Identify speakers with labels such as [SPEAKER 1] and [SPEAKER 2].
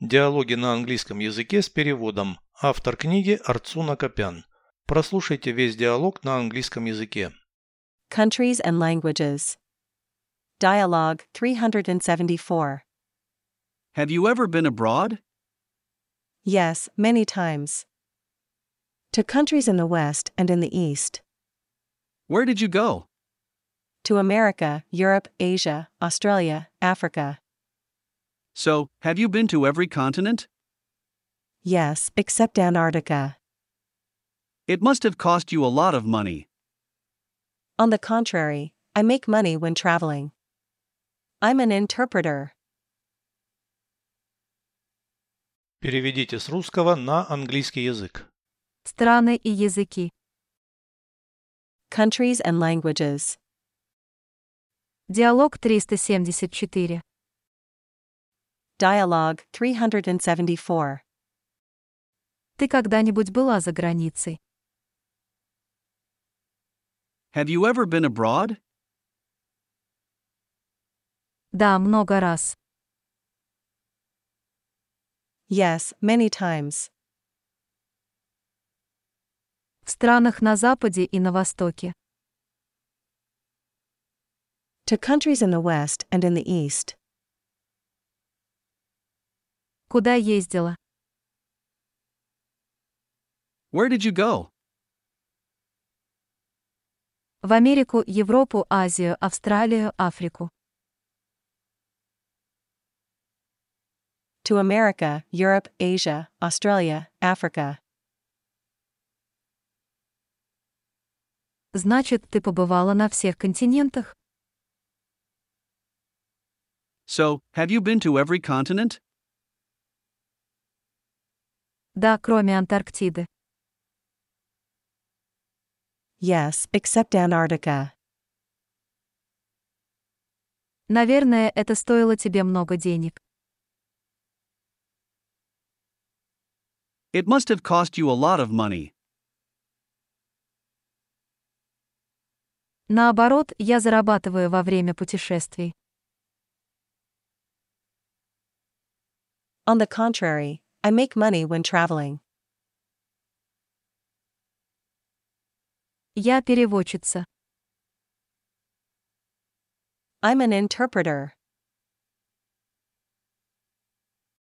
[SPEAKER 1] Диалоги на английском языке с переводом. Автор книги Арцуна Копян. Прослушайте весь диалог на английском языке.
[SPEAKER 2] Countries and Languages. Dialogue 374.
[SPEAKER 3] Have you ever been abroad?
[SPEAKER 2] Yes, many times. To countries in the West and in the East.
[SPEAKER 3] Where did you go?
[SPEAKER 2] To America, Europe, Asia, Australia, Africa.
[SPEAKER 3] So, have you been to every continent?
[SPEAKER 2] Yes, except Antarctica.
[SPEAKER 3] It must have cost you a lot of money.
[SPEAKER 2] On the contrary, I make money when traveling. I'm an interpreter.
[SPEAKER 1] Переведите с русского на английский язык.
[SPEAKER 4] Страны и языки.
[SPEAKER 2] Countries and Languages.
[SPEAKER 4] Диалог 374.
[SPEAKER 2] Dialogue 374.
[SPEAKER 4] Ты когда-нибудь была за границей?
[SPEAKER 3] Have you ever been abroad?
[SPEAKER 4] Да, много раз.
[SPEAKER 2] Yes, many times.
[SPEAKER 4] В странах на Западе и на Востоке.
[SPEAKER 2] To countries in the West and in the East.
[SPEAKER 4] Куда ездила?
[SPEAKER 3] Where did you go?
[SPEAKER 4] В Америку, Европу, Азию, Австралию, Африку.
[SPEAKER 2] To America, Europe, Asia, Australia, Africa.
[SPEAKER 4] Значит, ты побывала на всех континентах?
[SPEAKER 3] So, have you been to every continent?
[SPEAKER 4] Да, кроме Антарктиды.
[SPEAKER 2] Yes, except Antarctica.
[SPEAKER 4] Наверное, это стоило тебе много денег.
[SPEAKER 3] It must have cost you a lot of money.
[SPEAKER 4] Наоборот, я зарабатываю во время путешествий.
[SPEAKER 2] On the contrary, I make money when traveling.
[SPEAKER 4] Я переводчица.
[SPEAKER 2] I'm an interpreter.